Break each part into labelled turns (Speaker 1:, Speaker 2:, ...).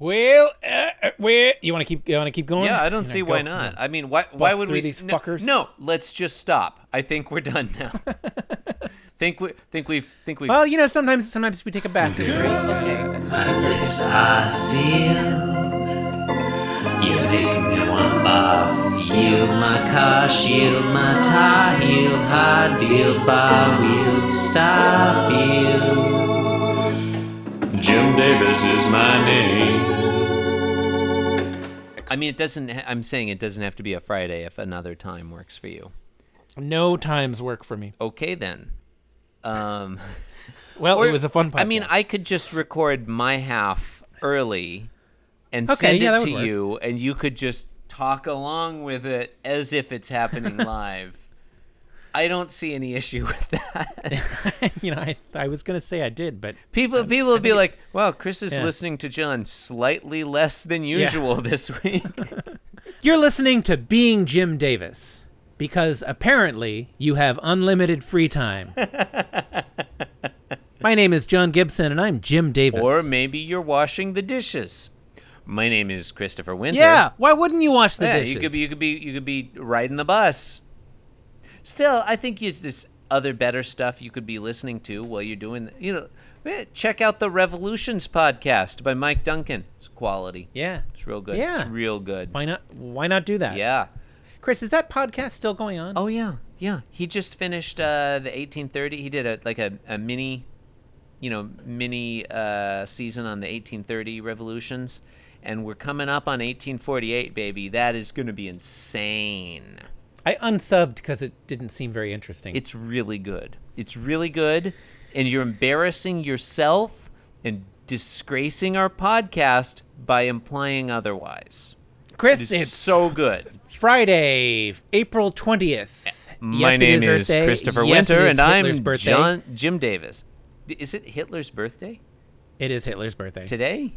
Speaker 1: Well, uh, uh, well, you want to keep you want to keep going?
Speaker 2: Yeah, I don't
Speaker 1: You know,
Speaker 2: see
Speaker 1: go-
Speaker 2: why not. I mean, why why
Speaker 1: Bust
Speaker 2: would
Speaker 1: through
Speaker 2: we
Speaker 1: these
Speaker 2: no,
Speaker 1: fuckers.
Speaker 2: No, let's just stop. I think we're done now. think we think we've think we've
Speaker 1: Well, you know, sometimes sometimes we take a bathroom. break.
Speaker 2: okay.
Speaker 3: This I sealed. You make me wanna barf. Yield my car, shield my tie, heel, high deal, bar wheel, stop you. Jim Davis is my name.
Speaker 2: I mean, it doesn't ha- I'm saying it doesn't have to be a Friday if another time works for you.
Speaker 1: No times work for me.
Speaker 2: Okay then. Um
Speaker 1: Well,
Speaker 2: Or-
Speaker 1: it was a fun podcast.
Speaker 2: I mean, I could just record my half early and
Speaker 1: Okay,
Speaker 2: send
Speaker 1: yeah,
Speaker 2: it
Speaker 1: that
Speaker 2: to
Speaker 1: would work.
Speaker 2: you, and you could just talk along with it as if it's happening live. I don't see any issue with that.
Speaker 1: you know, I, I was gonna say I did, but
Speaker 2: People, people would be like, "Wow, Chris is
Speaker 1: Um, yeah.
Speaker 2: listening to John slightly less than usual this week."
Speaker 1: you're listening to Being Jim Davis because apparently you have unlimited free time. My name is John Gibson, and I'm Jim Davis.
Speaker 2: or maybe you're washing the dishes. My name is Christopher Winter.
Speaker 1: yeah, why wouldn't you watch the
Speaker 2: yeah,
Speaker 1: dishes?
Speaker 2: you could be, you could be, you could be riding the bus. Still, I think use this other better stuff you could be listening to while you're doing. You know, eh, check out the Revolutions podcast by Mike Duncan. It's quality.
Speaker 1: yeah.
Speaker 2: it's real good.
Speaker 1: Yeah.
Speaker 2: it's real good.
Speaker 1: Why not? Why not do that?
Speaker 2: Yeah.
Speaker 1: Chris, is that podcast still going on?
Speaker 2: Oh yeah, yeah. He just finished uh, the 1830. He did a like a, a mini, you know, mini uh, season on the 1830 revolutions, and we're coming up on 1848, baby. That is going to be insane.
Speaker 1: I unsubbed because it didn't seem very interesting.
Speaker 2: It's really good. It's really good, and you're embarrassing yourself and disgracing our podcast by implying otherwise.
Speaker 1: Chris,
Speaker 2: It's,
Speaker 1: it's
Speaker 2: so good.
Speaker 1: Friday, April
Speaker 2: Eh,
Speaker 1: 20th. Yes, it is, Earth Day. Yes, it is Hitler's birthday.
Speaker 2: Jim Davis. Is it Hitler's birthday
Speaker 1: It is Hitler's birthday.
Speaker 2: today?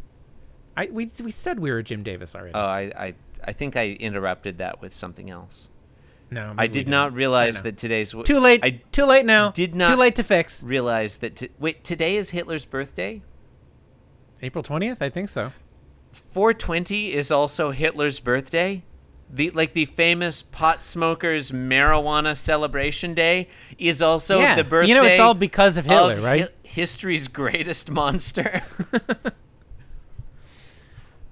Speaker 1: I, we, we said we were Jim Davis already.
Speaker 2: Oh, I, I, I think I interrupted that with something else.
Speaker 1: no,
Speaker 2: I
Speaker 1: maybe we
Speaker 2: did
Speaker 1: didn't.
Speaker 2: not realize
Speaker 1: know.
Speaker 2: that today's w-
Speaker 1: Too late.
Speaker 2: I
Speaker 1: too late now.
Speaker 2: did not-
Speaker 1: Too late to fix.
Speaker 2: realized that. T- wait, today is Hitler's birthday.
Speaker 1: April 20th, I think so.
Speaker 2: 420 is also Hitler's birthday. The like the famous pot smokers marijuana celebration day is also
Speaker 1: Yeah.
Speaker 2: the birthday.
Speaker 1: You know, it's all because of Hitler, right?
Speaker 2: hi- history's greatest monster.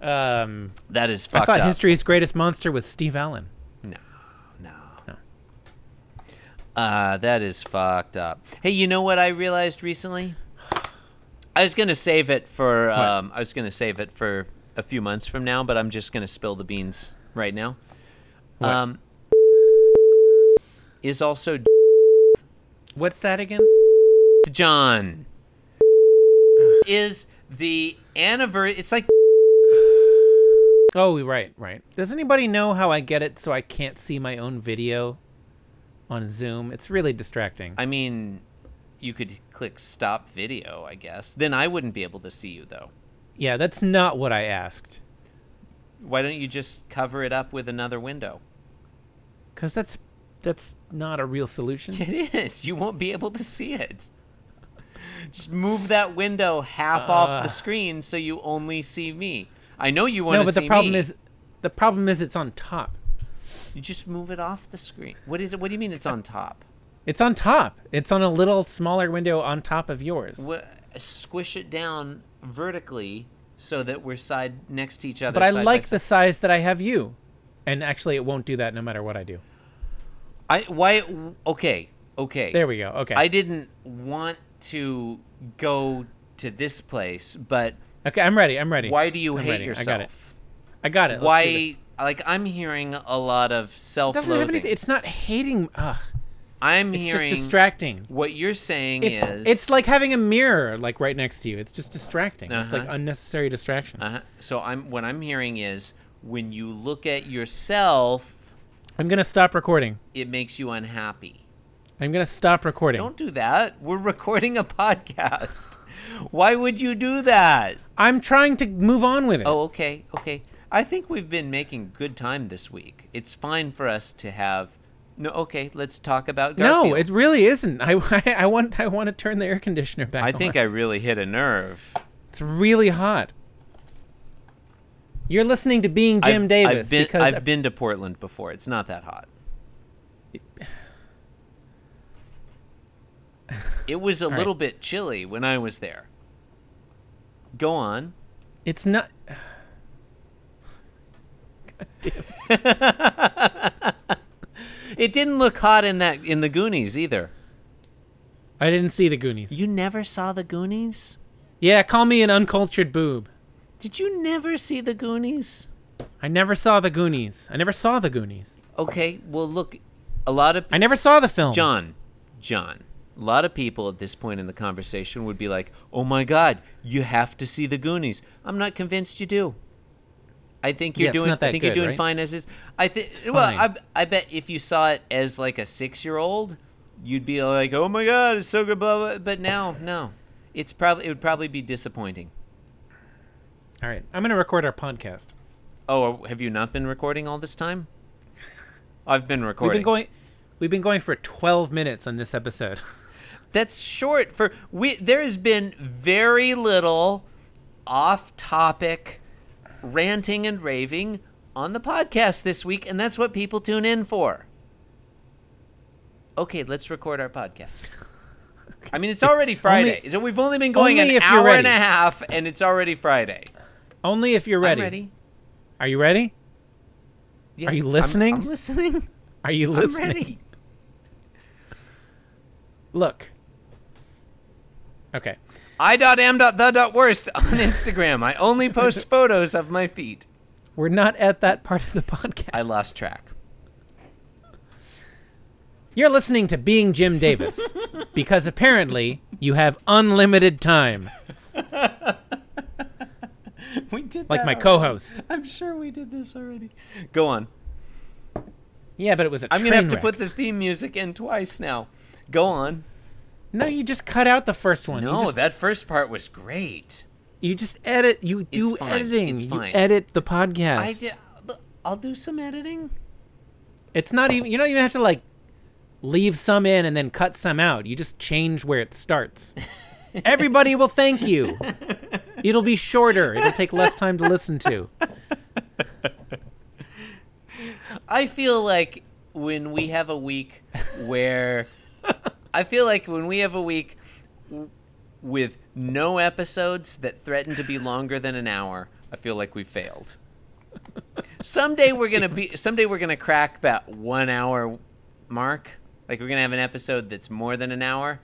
Speaker 1: Um,
Speaker 2: that is fucked
Speaker 1: I thought
Speaker 2: up.
Speaker 1: history's greatest monster was Steve Allen.
Speaker 2: No, no. Uh, that is fucked up. Hey, you know what I realized recently? I was gonna save it for um, I was gonna save it for a few months from now, but I'm just gonna spill the beans right now. Um, is also
Speaker 1: What's that again?
Speaker 2: John is the anniversary. It's like
Speaker 1: Oh, right, right. Does anybody know how I get it so I can't see my own video on Zoom? It's really distracting.
Speaker 2: I mean, you could click stop video, I guess. Then I wouldn't be able to see you though.
Speaker 1: yeah, that's not what I asked.
Speaker 2: Why don't you just cover it up with another window?
Speaker 1: Cause that's that's not a real solution.
Speaker 2: It is. You won't be able to see it. Just move that window half off the screen so you only see me. I know you want
Speaker 1: Uh. No,
Speaker 2: to
Speaker 1: but
Speaker 2: see
Speaker 1: the problem
Speaker 2: me.
Speaker 1: is the problem is it's on top.
Speaker 2: you just move it off the screen. What is it? What do you mean it's on top?
Speaker 1: It's on top. It's on a little smaller window on top of yours.
Speaker 2: Wha squish it down vertically so that we're side next to each other.
Speaker 1: but I
Speaker 2: side by
Speaker 1: like the
Speaker 2: side.
Speaker 1: size that I have you. And actually it won't do that no matter what I do.
Speaker 2: I why? Okay, okay.
Speaker 1: There we go. Okay.
Speaker 2: I didn't want to go to this place, but
Speaker 1: okay, I'm ready. I'm ready.
Speaker 2: why do you
Speaker 1: I'm
Speaker 2: hate
Speaker 1: ready.
Speaker 2: yourself?
Speaker 1: I got it. I got it. Let's do this.
Speaker 2: why like i'm hearing a lot
Speaker 1: It
Speaker 2: of
Speaker 1: doesn't have
Speaker 2: self-loathing
Speaker 1: anything it's not hating ugh.
Speaker 2: i'm
Speaker 1: It's
Speaker 2: hearing
Speaker 1: just distracting.
Speaker 2: what you're saying
Speaker 1: It's
Speaker 2: is
Speaker 1: it's like having a mirror like right next to you. It's just distracting. It's like
Speaker 2: Uh-huh.
Speaker 1: unnecessary distraction.
Speaker 2: uh so i'm what i'm hearing is when you look at yourself
Speaker 1: I'm gonna stop recording.
Speaker 2: it makes you unhappy
Speaker 1: I'm gonna stop recording.
Speaker 2: don't do that we're recording a podcast why would you do that
Speaker 1: I'm trying to move on with it.
Speaker 2: oh okay okay i think we've been making good time this week it's fine for us to have no okay let's talk about Garfield.
Speaker 1: No, it really isn't. I, I, want I want to turn the air conditioner back
Speaker 2: i think
Speaker 1: on.
Speaker 2: i really hit a nerve
Speaker 1: it's really hot. You're listening to Being Jim
Speaker 2: I've,
Speaker 1: Davis
Speaker 2: I've been,
Speaker 1: because
Speaker 2: I've been to Portland before. It's not that hot. It was a
Speaker 1: right.
Speaker 2: little bit chilly when I was there. Go on.
Speaker 1: it's not.
Speaker 2: It didn't look hot in that in the Goonies either.
Speaker 1: I didn't see the Goonies.
Speaker 2: You never saw the Goonies?
Speaker 1: yeah, call me an uncultured boob.
Speaker 2: Did you never see the Goonies?
Speaker 1: I never saw the Goonies. I never saw the Goonies.
Speaker 2: Okay, well look, a lot of
Speaker 1: I never saw the film.
Speaker 2: John, John, a lot of people at this point in the conversation would be like, "Oh my God, you have to see the Goonies." I'm not convinced you do. I think you're
Speaker 1: Yeah, it's
Speaker 2: doing.
Speaker 1: not that
Speaker 2: I think you're
Speaker 1: good,
Speaker 2: doing
Speaker 1: right?
Speaker 2: fine as is. I think. Well, I,
Speaker 1: fine.
Speaker 2: I bet if you saw it as like a six year old, you'd be like, "Oh my God, it's so good." Blah, blah. But now, no, it's probably it would probably be disappointing.
Speaker 1: All right, I'm gonna record our podcast.
Speaker 2: Oh, have you not been recording all this time? I've been recording.
Speaker 1: We've been going. We've been going for 12 minutes on this episode.
Speaker 2: That's short for we. There has been very little off-topic ranting and raving on the podcast this week, and that's what people tune in for. Okay, let's record our podcast. I mean, it's already Friday. so we've only been going
Speaker 1: only
Speaker 2: an
Speaker 1: if you're
Speaker 2: hour and a
Speaker 1: ready.
Speaker 2: half, and it's already Friday.
Speaker 1: Only if you're ready.
Speaker 2: I'm ready.
Speaker 1: Are you ready?
Speaker 2: Yeah,
Speaker 1: Are you
Speaker 2: I'm-
Speaker 1: listening?
Speaker 2: I'm, listening.
Speaker 1: Are you
Speaker 2: I'm
Speaker 1: listening?
Speaker 2: ready.
Speaker 1: Look. Okay.
Speaker 2: I dot am dot the dot worst on Instagram. I only post photos of my feet.
Speaker 1: We're not at that part of the podcast.
Speaker 2: I lost track.
Speaker 1: You're listening to Being Jim Davis because apparently you have unlimited time,
Speaker 2: We did
Speaker 1: like my co host.
Speaker 2: I'm sure we did this already. Go on.
Speaker 1: Yeah, but it was a
Speaker 2: I'm gonna have
Speaker 1: train
Speaker 2: to
Speaker 1: wreck.
Speaker 2: put the theme music in twice now. Go on. No,
Speaker 1: You just cut out the first one. you
Speaker 2: no,
Speaker 1: just,
Speaker 2: that first part was great.
Speaker 1: you just edit. You do
Speaker 2: fine.
Speaker 1: editing.
Speaker 2: It's fine.
Speaker 1: You edit the podcast.
Speaker 2: I did. look, I'll do some editing.
Speaker 1: It's not even. You don't even have to like leave some in and then cut some out. You just change where it starts. Everybody will thank you. It'll be shorter. It'll take less time to listen to.
Speaker 2: I feel like when we have a week where I feel like when we have a week w- with no episodes that threaten to be longer than an hour, I feel like we failed. Someday we're gonna be. Someday we're gonna crack that one hour mark. Like we're gonna have an episode that's more than an hour,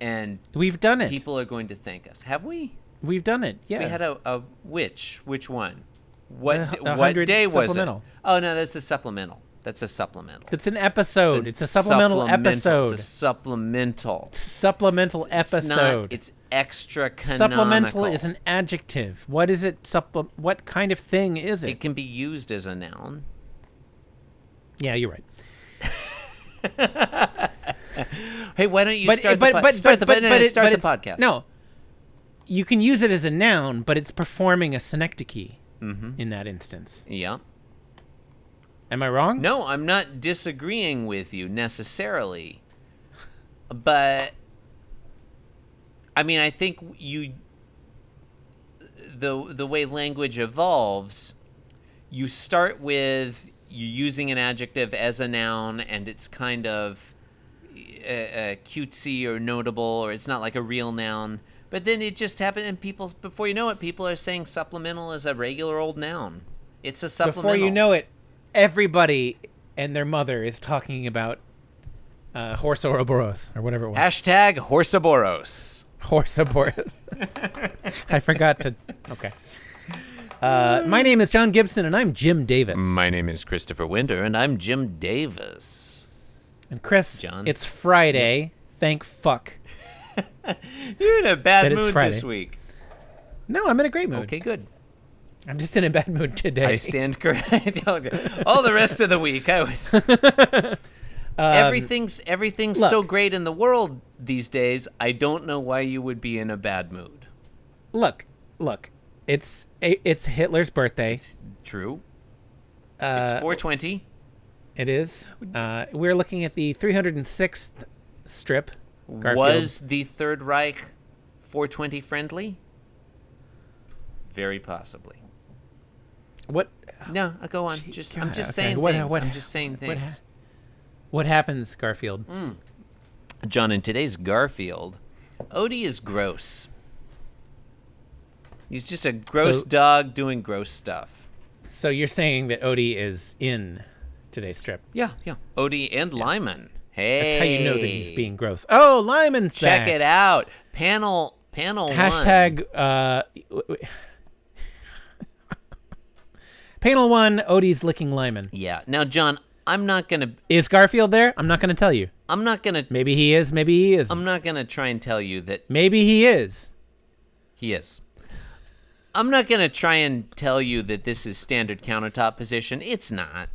Speaker 2: and
Speaker 1: We've done it.
Speaker 2: people are going to thank us. Have we?
Speaker 1: We've done it. Yeah.
Speaker 2: We had a, a which which one? What
Speaker 1: The-
Speaker 2: d-
Speaker 1: the
Speaker 2: what
Speaker 1: 100
Speaker 2: day was it?
Speaker 1: supplemental.
Speaker 2: Oh no, that's a supplemental. That's a supplemental.
Speaker 1: it's an episode. It's a, supplemental, episode.
Speaker 2: It's a supplemental
Speaker 1: supplemental
Speaker 2: It's not-
Speaker 1: episode.
Speaker 2: It's extra canonical.
Speaker 1: supplemental is an adjective. What is it? Supple- what kind of thing is it?
Speaker 2: It can be used as a noun.
Speaker 1: yeah, you're right.
Speaker 2: Hey, why don't you
Speaker 1: But
Speaker 2: start
Speaker 1: but
Speaker 2: the po-
Speaker 1: but
Speaker 2: start
Speaker 1: but
Speaker 2: the,
Speaker 1: but,
Speaker 2: no,
Speaker 1: but
Speaker 2: no,
Speaker 1: it-
Speaker 2: start
Speaker 1: but
Speaker 2: the
Speaker 1: it's-
Speaker 2: podcast?
Speaker 1: No. You can use it as a noun, but it's performing a synecdoche
Speaker 2: Mm-hmm.
Speaker 1: in that instance.
Speaker 2: Yeah.
Speaker 1: Am I wrong?
Speaker 2: No, I'm not disagreeing with you necessarily. But I mean, I think you the the way language evolves, you start with you using an adjective as a noun and it's kind of uh, uh, cutesy or notable or it's not like a real noun. But then it just happened and people before you know it people are saying supplemental is a regular old noun. It's a supplemental.
Speaker 1: Before you know it, everybody and their mother is talking about uh, horse Ouroboros or whatever it was.
Speaker 2: Hashtag Horsaboros.
Speaker 1: horse Ouroboros. I forgot to. Okay. Uh, my name is John Gibson, and I'm Jim Davis.
Speaker 2: My name is Christopher Winder, and I'm Jim Davis.
Speaker 1: and Chris,
Speaker 2: John.
Speaker 1: it's Friday. Thank fuck.
Speaker 2: You're in a bad
Speaker 1: That it's
Speaker 2: mood
Speaker 1: Friday.
Speaker 2: this week.
Speaker 1: No, I'm in a great mood.
Speaker 2: Okay, good.
Speaker 1: I'm just in a bad mood today.
Speaker 2: I stand corrected. All the rest of the week, I was. everything's everything's so
Speaker 1: Um, look.
Speaker 2: great in the world these days. I don't know why you would be in a bad mood.
Speaker 1: look, look. It's it's Hitler's birthday.
Speaker 2: True.
Speaker 1: Uh,
Speaker 2: it's 420.
Speaker 1: It is. Uh, we're looking at the 306th strip. Garfield.
Speaker 2: Was the Third Reich 420 friendly? Very possibly.
Speaker 1: What
Speaker 2: No, uh, go on.
Speaker 1: Gee,
Speaker 2: just
Speaker 1: God,
Speaker 2: I'm just
Speaker 1: okay.
Speaker 2: saying
Speaker 1: What-
Speaker 2: things.
Speaker 1: what-
Speaker 2: I'm just saying
Speaker 1: what ha-
Speaker 2: things.
Speaker 1: what happens, Garfield?
Speaker 2: Mm. John, in today's Garfield, Odie is gross. He's just a gross
Speaker 1: So-
Speaker 2: dog doing gross stuff.
Speaker 1: So you're saying that Odie is in today's strip.
Speaker 2: Yeah, yeah. Odie and Lyman. Hey,
Speaker 1: That's how you know that he's being gross. Oh, Lyman's
Speaker 2: Check
Speaker 1: back.
Speaker 2: it out. Panel panel one.
Speaker 1: Hashtag uh, w- w- panel one. Odie's licking Lyman.
Speaker 2: Yeah. Now, John, I'm not gonna.
Speaker 1: Is Garfield there? I'm not going to tell you.
Speaker 2: I'm not gonna.
Speaker 1: Maybe he is. Maybe he is.
Speaker 2: I'm not gonna try and tell you that
Speaker 1: maybe he is.
Speaker 2: He is. I'm not going to try and tell you that this is standard countertop position. It's not.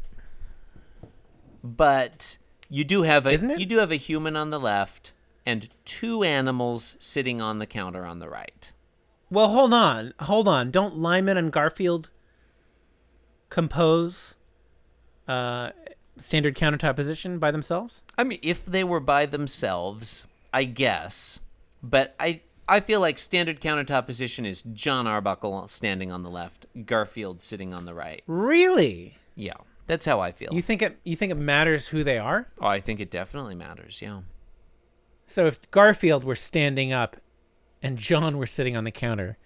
Speaker 2: But you do have a
Speaker 1: Isn't it?
Speaker 2: you do have a human on the left and two animals sitting on the counter on the right.
Speaker 1: Well, hold on, hold on. Don't Lyman and Garfield compose uh, standard countertop position by themselves?
Speaker 2: I mean, if they were by themselves, I guess. But I I feel like standard countertop position is John Arbuckle standing on the left, Garfield sitting on the right.
Speaker 1: Really?
Speaker 2: Yeah. That's how I feel.
Speaker 1: You think it? You think it matters who they are?
Speaker 2: oh, I think it definitely matters. Yeah.
Speaker 1: So if Garfield were standing up, and John were sitting on the counter,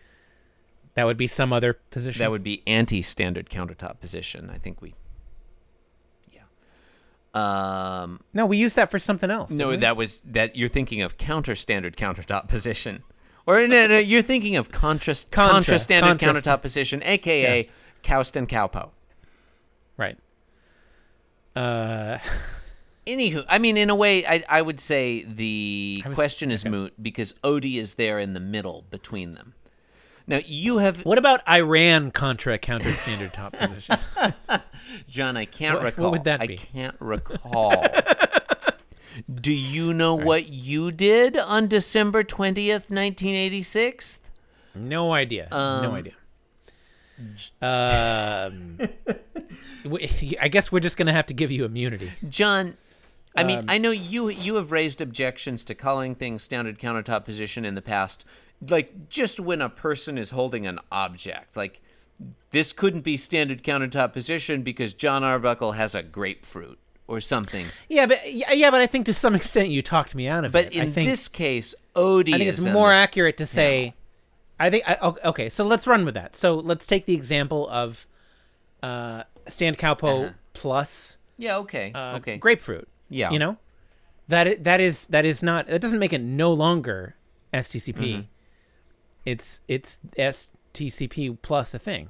Speaker 1: that would be some other position.
Speaker 2: That would be anti-standard countertop position. I think we. Yeah. Um,
Speaker 1: no. We used that for something else.
Speaker 2: no,
Speaker 1: didn't we?
Speaker 2: that was that. You're thinking of counter-standard countertop position, or no, no, you're thinking of contra
Speaker 1: Contra,
Speaker 2: contra-standard
Speaker 1: contra-
Speaker 2: countertop position, aka Coust and Cowpo.
Speaker 1: right. Uh,
Speaker 2: Anywho, I mean, in a way, I, I would say the
Speaker 1: I was-
Speaker 2: question is moot because Odie is there in the middle between them. Now you have
Speaker 1: what about Iran Contra counter standard top position?
Speaker 2: John, I can't
Speaker 1: What- what
Speaker 2: recall.
Speaker 1: would that
Speaker 2: I
Speaker 1: be?
Speaker 2: can't recall. Do you know what you did on December 20th, 1986?
Speaker 1: No idea. no
Speaker 2: Um,
Speaker 1: idea. Um, we- I guess we're just gonna have to give you immunity.
Speaker 2: John, I
Speaker 1: Um,
Speaker 2: mean, I know you you have raised objections to calling things standard countertop position in the past, like just when a person is holding an object. Like this couldn't be standard countertop position because John Arbuckle has a grapefruit or something.
Speaker 1: Yeah, but yeah, yeah, but I think to some extent you talked me out of it.
Speaker 2: But
Speaker 1: I
Speaker 2: in
Speaker 1: think
Speaker 2: this case, um, Odie
Speaker 1: I think it's
Speaker 2: is in
Speaker 1: more
Speaker 2: this-
Speaker 1: accurate to say. I think I, o- okay, so let's run with that. So let's take the example of uh, Stan Cowpo
Speaker 2: Uh-huh.
Speaker 1: plus
Speaker 2: Yeah, okay.
Speaker 1: uh,
Speaker 2: okay.
Speaker 1: grapefruit.
Speaker 2: Yeah.
Speaker 1: you know that i- that is that is not that doesn't make it no longer STCP. It's it's STCP plus a thing.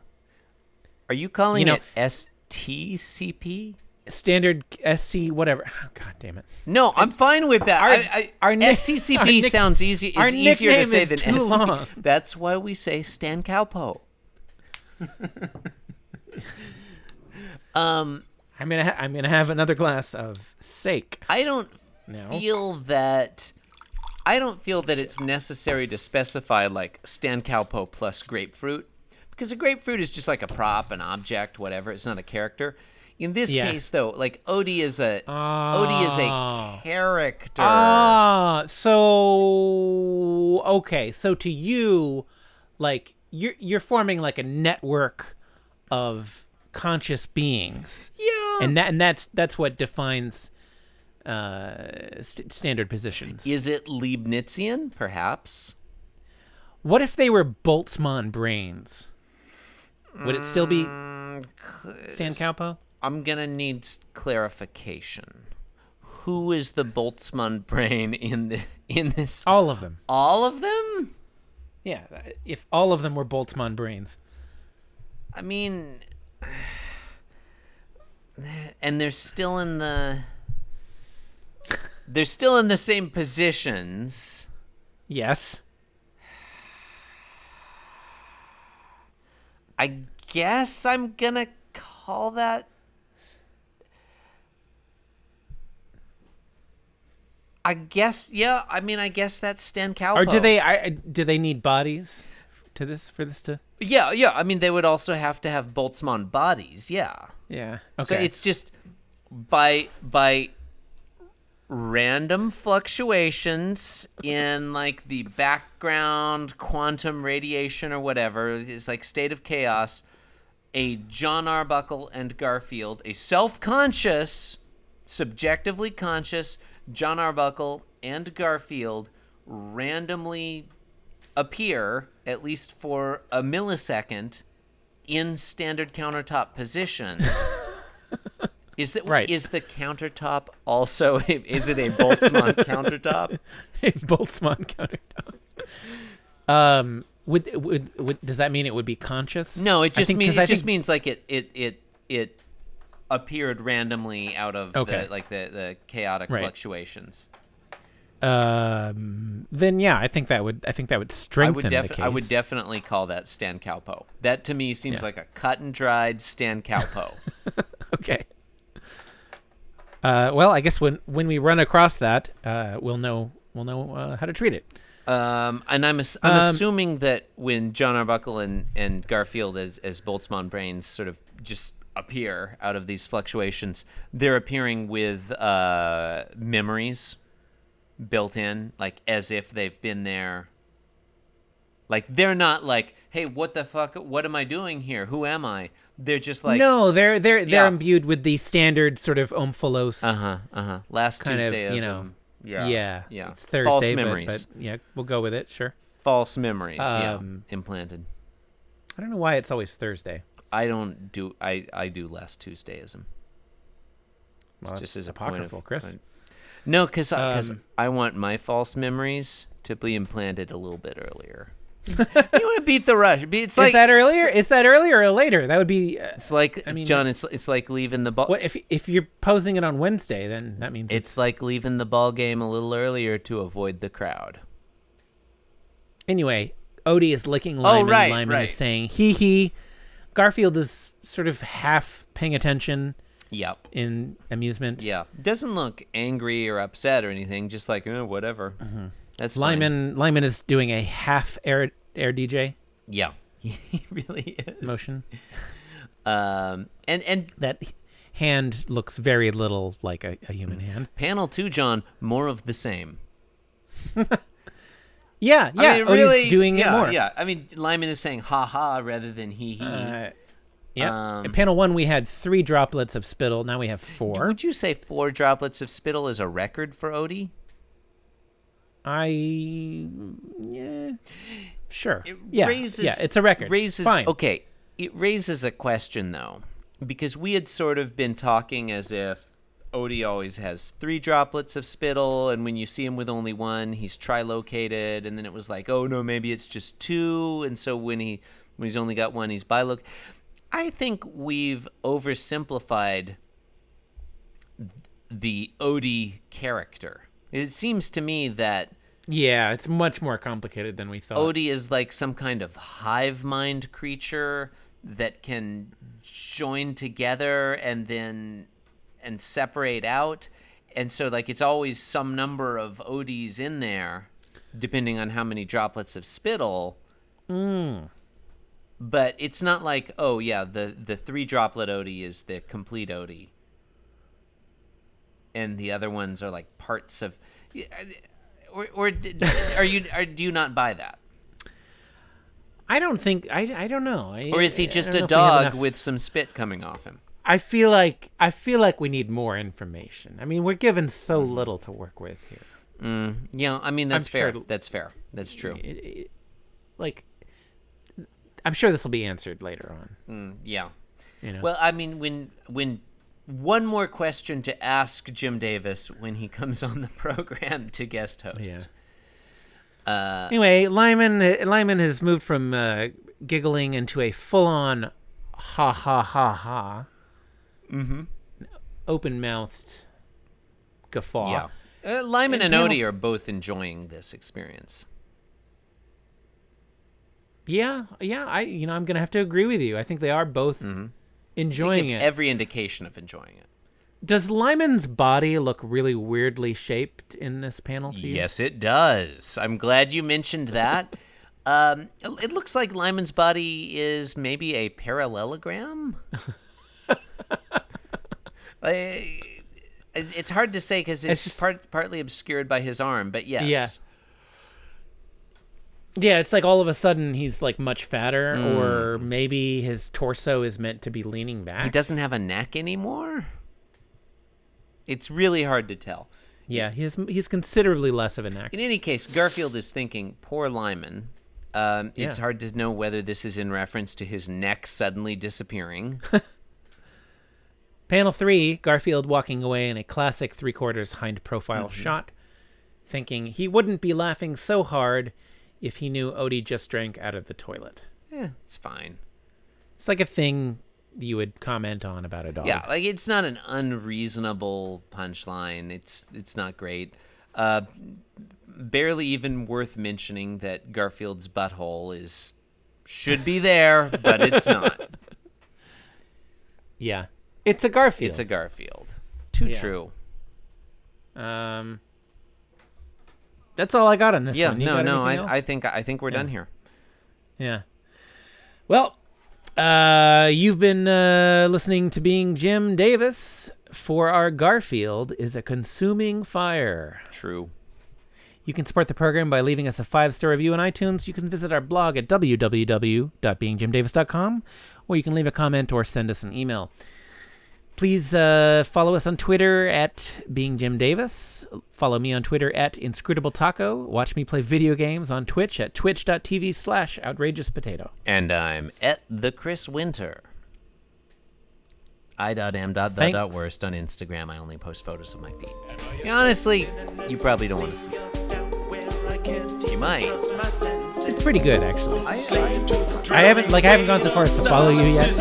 Speaker 2: Are you calling
Speaker 1: You know-
Speaker 2: it STCP?
Speaker 1: standard SC whatever. Oh, God damn it!
Speaker 2: No, I'm fine with that.
Speaker 1: Our-
Speaker 2: I, I,
Speaker 1: our nick-
Speaker 2: STCP
Speaker 1: our nick-
Speaker 2: sounds easy. Is
Speaker 1: our
Speaker 2: easier to
Speaker 1: nickname
Speaker 2: say
Speaker 1: is
Speaker 2: than
Speaker 1: too
Speaker 2: SCP.
Speaker 1: long.
Speaker 2: That's why we say Stan Cowpo. um,
Speaker 1: I'm gonna ha- I'm gonna have another glass of sake.
Speaker 2: I don't
Speaker 1: No.
Speaker 2: feel that. I don't feel that it's necessary to specify like Stan Cowpo plus grapefruit because a grapefruit is just like a prop, an object, whatever. It's not a character. In this
Speaker 1: Yeah.
Speaker 2: case, though, like Odie is a Odie is
Speaker 1: Ah.
Speaker 2: a character.
Speaker 1: Ah, so okay. So to you, like you're you're forming like a network of conscious beings,
Speaker 2: yeah.
Speaker 1: and that and that's that's what defines uh st- standard positions.
Speaker 2: Is it Leibnizian, perhaps?
Speaker 1: what if they were Boltzmann brains? Would it still be
Speaker 2: Mm,
Speaker 1: Stan Cowpo?
Speaker 2: I'm gonna need s- clarification. Who is the Boltzmann brain in the in this?
Speaker 1: All of them.
Speaker 2: All of them?
Speaker 1: Yeah, if all of them were Boltzmann brains.
Speaker 2: I mean, they're- and they're still in the they're still in the same positions.
Speaker 1: Yes.
Speaker 2: I guess I'm gonna call that. I guess, yeah. I mean, I guess that's Stan Cowpo.
Speaker 1: Or do they I, I- do they need bodies to this for this to
Speaker 2: Yeah, yeah. I mean, they would also have to have Boltzmann bodies. Yeah.
Speaker 1: Yeah.
Speaker 2: So
Speaker 1: Okay.
Speaker 2: it's just by by random fluctuations in like the background quantum radiation or whatever it's like state of chaos a John Arbuckle and Garfield, a self-conscious, subjectively conscious John Arbuckle and Garfield randomly appear at least for a millisecond in standard countertop position. Is that
Speaker 1: Right.
Speaker 2: is the countertop also is it a Boltzmann countertop?
Speaker 1: a Boltzmann countertop. Um, would, would would does that mean it would be conscious?
Speaker 2: No, it
Speaker 1: I
Speaker 2: just
Speaker 1: think-
Speaker 2: means
Speaker 1: 'cause
Speaker 2: it
Speaker 1: I
Speaker 2: just
Speaker 1: think-
Speaker 2: means like it it it it appeared randomly out of
Speaker 1: Okay.
Speaker 2: the, like the the chaotic
Speaker 1: Right.
Speaker 2: fluctuations.
Speaker 1: Um, then yeah, I think that would I think that would
Speaker 2: I
Speaker 1: strengthen
Speaker 2: would
Speaker 1: the
Speaker 2: definitely
Speaker 1: case.
Speaker 2: I would definitely call that Stan Cowpo. That to me seems
Speaker 1: Yeah.
Speaker 2: like a cut and dried Stan Cowpo.
Speaker 1: Okay. Uh, well, I guess when when we run across that, uh, we'll know we'll know uh, how to treat it.
Speaker 2: um, and I'm ass- I'm
Speaker 1: Um,
Speaker 2: assuming that when John Arbuckle and, and Garfield as as Boltzmann brains sort of just appear out of these fluctuations, they're appearing with uh, memories built in, like as if they've been there. Like they're not like, hey, what the fuck? What am I doing here? Who am I? They're just like,
Speaker 1: no, they're they're they're
Speaker 2: Yeah.
Speaker 1: imbued with the standard sort of omphalos.
Speaker 2: Uh huh. Uh huh. Last
Speaker 1: kind of,
Speaker 2: Tuesday,
Speaker 1: you
Speaker 2: is,
Speaker 1: know,
Speaker 2: um,
Speaker 1: Yeah.
Speaker 2: yeah,
Speaker 1: Yeah.
Speaker 2: yeah.
Speaker 1: It's Thursday,
Speaker 2: False
Speaker 1: but-
Speaker 2: memories.
Speaker 1: but yeah, we'll go with it. Sure.
Speaker 2: False memories.
Speaker 1: Um,
Speaker 2: yeah. Implanted.
Speaker 1: I don't know why it's always Thursday.
Speaker 2: I don't do. I I do last Tuesdayism.
Speaker 1: Well,
Speaker 2: just
Speaker 1: that's
Speaker 2: as a point of-
Speaker 1: apocryphal, Chris.
Speaker 2: uh, No, because because
Speaker 1: Um,
Speaker 2: I want my false memories to be implanted a little bit earlier. you want to beat the rush. Be- It's like
Speaker 1: is that earlier? Is that earlier or later? That would be. Uh,
Speaker 2: It's like
Speaker 1: I mean-
Speaker 2: John. It's it's like leaving the ball.
Speaker 1: what if if you're posing it on Wednesday? Then that means
Speaker 2: It's like leaving the ball game a little earlier to avoid the crowd.
Speaker 1: anyway. Odie is licking Lyman.
Speaker 2: Oh, right,
Speaker 1: Lyman
Speaker 2: right.
Speaker 1: is saying hee hee. Garfield is sort of half paying attention
Speaker 2: Yep.
Speaker 1: in amusement.
Speaker 2: Yeah. Doesn't look angry or upset or anything. Just like eh, whatever.
Speaker 1: Mm-hmm.
Speaker 2: That's fine.
Speaker 1: Lyman Lyman is doing a half air air DJ
Speaker 2: Yeah. He really is.
Speaker 1: motion.
Speaker 2: Um, and and
Speaker 1: That hand looks very little like a, a
Speaker 2: Mm.
Speaker 1: human hand.
Speaker 2: panel two, John, more of the same.
Speaker 1: Yeah, yeah.
Speaker 2: I mean,
Speaker 1: Odie's
Speaker 2: really
Speaker 1: doing
Speaker 2: yeah,
Speaker 1: it more.
Speaker 2: Yeah, I mean, Lyman is saying "ha ha" rather than "he he."
Speaker 1: Uh, yeah.
Speaker 2: Um,
Speaker 1: In panel one, we had three droplets of spittle. Now we have four.
Speaker 2: Would you say four droplets of spittle is a record for Odie?
Speaker 1: I yeah, sure.
Speaker 2: It
Speaker 1: yeah,
Speaker 2: raises,
Speaker 1: yeah. It's a record.
Speaker 2: Raises
Speaker 1: Fine.
Speaker 2: okay. It raises a question though, because we had sort of been talking as if Odie always has three droplets of spittle, and when you see him with only one, he's trilocated, and then it was like, oh no, maybe it's just two, and so when he when he's only got one, he's biloc. I think we've oversimplified the Odie character. It seems to me that
Speaker 1: Yeah, it's much more complicated than we thought.
Speaker 2: Odie is like some kind of hive mind creature that can join together and then and separate out. And so like it's always some number of Odies in there, depending on how many droplets of spittle. But it's not like, oh yeah, the, the three droplet Odie is the complete Odie. And the other ones are like parts of or, or d- d- are you are, do you not buy that
Speaker 1: I don't think I. I don't know. I,
Speaker 2: or is
Speaker 1: I
Speaker 2: he
Speaker 1: don't know
Speaker 2: just
Speaker 1: if
Speaker 2: a
Speaker 1: we have
Speaker 2: dog
Speaker 1: enough-
Speaker 2: with some spit coming off him
Speaker 1: I feel like I feel like we need more information. I mean, we're given so
Speaker 2: Mm-hmm.
Speaker 1: little to work with here.
Speaker 2: yeah i mean that's
Speaker 1: I'm
Speaker 2: fair
Speaker 1: sure it'll-
Speaker 2: that's fair that's true
Speaker 1: It- it- like, I'm sure this will be answered later on.
Speaker 2: yeah
Speaker 1: You know.
Speaker 2: well i mean when when one more question to ask jim davis when he comes on the program to guest host
Speaker 1: Yeah. anyway, Lyman Lyman has moved from uh, giggling into a full-on ha ha ha ha, mm-hmm. open-mouthed guffaw.
Speaker 2: yeah uh, lyman and,
Speaker 1: panel
Speaker 2: odie
Speaker 1: f-
Speaker 2: are both enjoying this experience
Speaker 1: yeah, yeah, I you know I'm gonna have to agree with you. I think they are both
Speaker 2: Mm-hmm.
Speaker 1: enjoying
Speaker 2: Give
Speaker 1: it.
Speaker 2: every indication of enjoying it
Speaker 1: Does Lyman's body look really weirdly shaped in this panel? To you?
Speaker 2: Yes, it does. I'm glad you mentioned that. um, it it looks like Lyman's body is maybe a parallelogram. I- it- it's hard to say because it's,
Speaker 1: It's just-
Speaker 2: part, partly obscured by his arm, but yes.
Speaker 1: Yeah. Yeah, it's like all of a sudden he's like much fatter, or maybe his torso is meant to be leaning back.
Speaker 2: Mm. He doesn't have a neck anymore. It's really hard to tell.
Speaker 1: Yeah, he's he's considerably less of an actor.
Speaker 2: In any case, Garfield is thinking, poor Lyman. Um, It's
Speaker 1: Yeah.
Speaker 2: hard to know whether this is in reference to his neck suddenly disappearing.
Speaker 1: Panel three, Garfield walking away in a classic three quarters hind profile
Speaker 2: Mm-hmm.
Speaker 1: shot, thinking he wouldn't be laughing so hard if he knew Odie just drank out of the toilet.
Speaker 2: yeah, Eh, it's fine.
Speaker 1: It's like a thing you would comment on about a dog.
Speaker 2: Yeah, like it's not an unreasonable punchline. It's it's not great. Uh, barely even worth mentioning that Garfield's butthole is should be there, but it's not.
Speaker 1: Yeah. It's a Garfield.
Speaker 2: It's a Garfield. Too
Speaker 1: Yeah.
Speaker 2: true.
Speaker 1: Um, that's all I got on this
Speaker 2: Yeah,
Speaker 1: one. You
Speaker 2: no,
Speaker 1: got
Speaker 2: no.
Speaker 1: anything else?
Speaker 2: I, I think I think we're done here.
Speaker 1: Yeah. Well, uh, you've been uh, listening to Being Jim Davis. For our Garfield is a consuming fire.
Speaker 2: True.
Speaker 1: You can support the program by leaving us a five star review on iTunes. You can visit our blog at www.beingjimdavis.com, or you can leave a comment or send us an email. Please uh, follow us on Twitter at Being Jim Davis. Follow me on Twitter at Inscrutable Taco. Watch me play video games on Twitch at twitch.tv slash outrageous potato.
Speaker 2: And I'm at the Chris Winter. I dot am dot the
Speaker 1: Thanks.
Speaker 2: dot worst on Instagram. I only post photos of my feet. Yeah, honestly, you probably don't want to see. it. You might.
Speaker 1: It's pretty good, actually. I, haven't like I haven't gone so far as to follow you yet.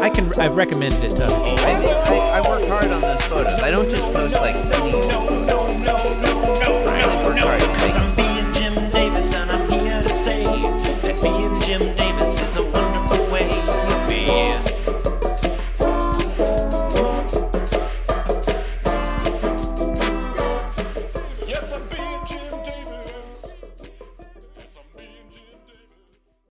Speaker 1: I can I've recommended it to.
Speaker 2: I, I, I work hard on those photos. I don't just post like funny photos.